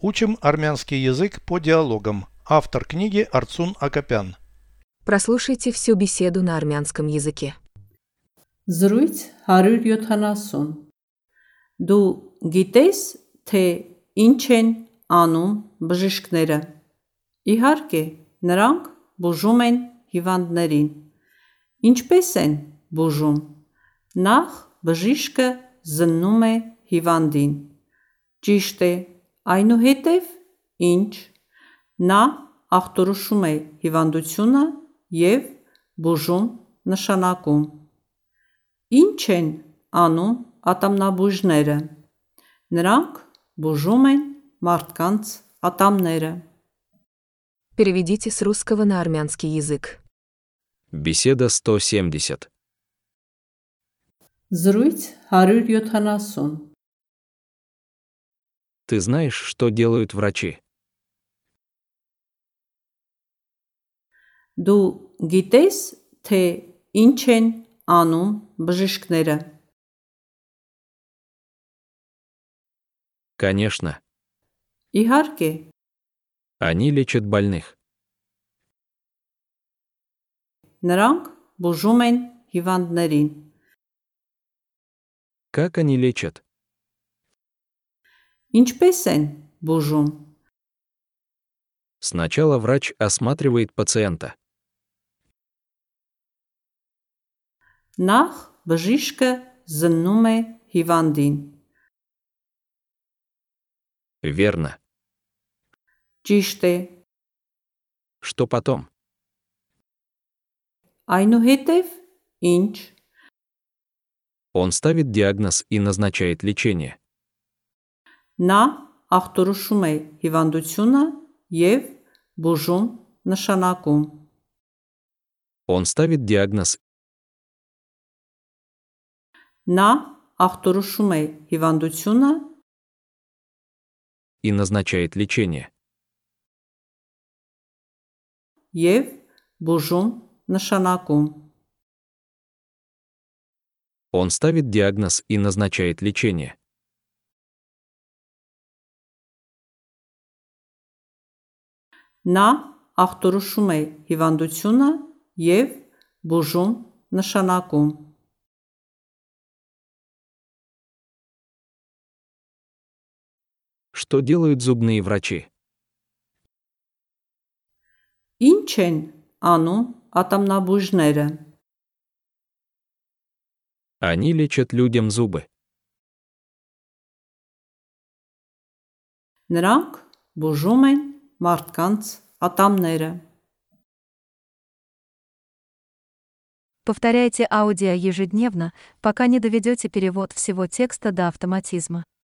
Учим армянский язык по диалогам. Автор книги Арцун Акопян. Прослушайте всю беседу на армянском языке. Զրույց 170 Դու գիտես, թե ինչ են անում բժիշկները։ Իհարկե, նրանք բուժում են հիվանդներին։ Ինչպես են բուժում։ Նախ բժիշկը զննում է հիվանդին։ Ճիշտ է, այնուհետև ինչ։ Նա ախտորոշում է հիվանդությունը եւ բուժում նշանակում։ Ինչ են անում ատամնաբույժները։ Նրանք բուժում են մարդկանց ատամները։ Переведите с русского на армянский язык. Беседа 170. Զրույց 170 Ты знаешь, что делают врачи? Դու գիտես, թե ինչ են անում բժիշկները։ Конечно. Իհարկե, Они лечат больных. նրանք բուժում են հիվանդներին։ Как они лечат? Ինչպես են բուժում։ Сначала врач осматривает пациента. Նախ բժիշկը զննում է հիվանդին։ Верно. Ճիշտ է, Что потом? այնուհետև ինչ։ Он ставит диагноз и назначает лечение. Նա ախտորոշում է հիվանդությունը եւ բուժում նշանակում։ Он ставит диагноз Նա ախտորոշում է հիվանդությունը и назначает лечение. եւ բուժում նշանակում։ Он ставит диагноз и назначает лечение. Նա ախտորոշում է հիվանդությունը եւ բուժում նշանակում։ Что делают зубные врачи? Ինչ են անում ատամնաբույժները։ Они лечат людям зубы. Նրանք բուժում են մարդկանց ատամները։ Повторяйте аудио ежедневно, пока не доведете перевод всего текста до автоматизма.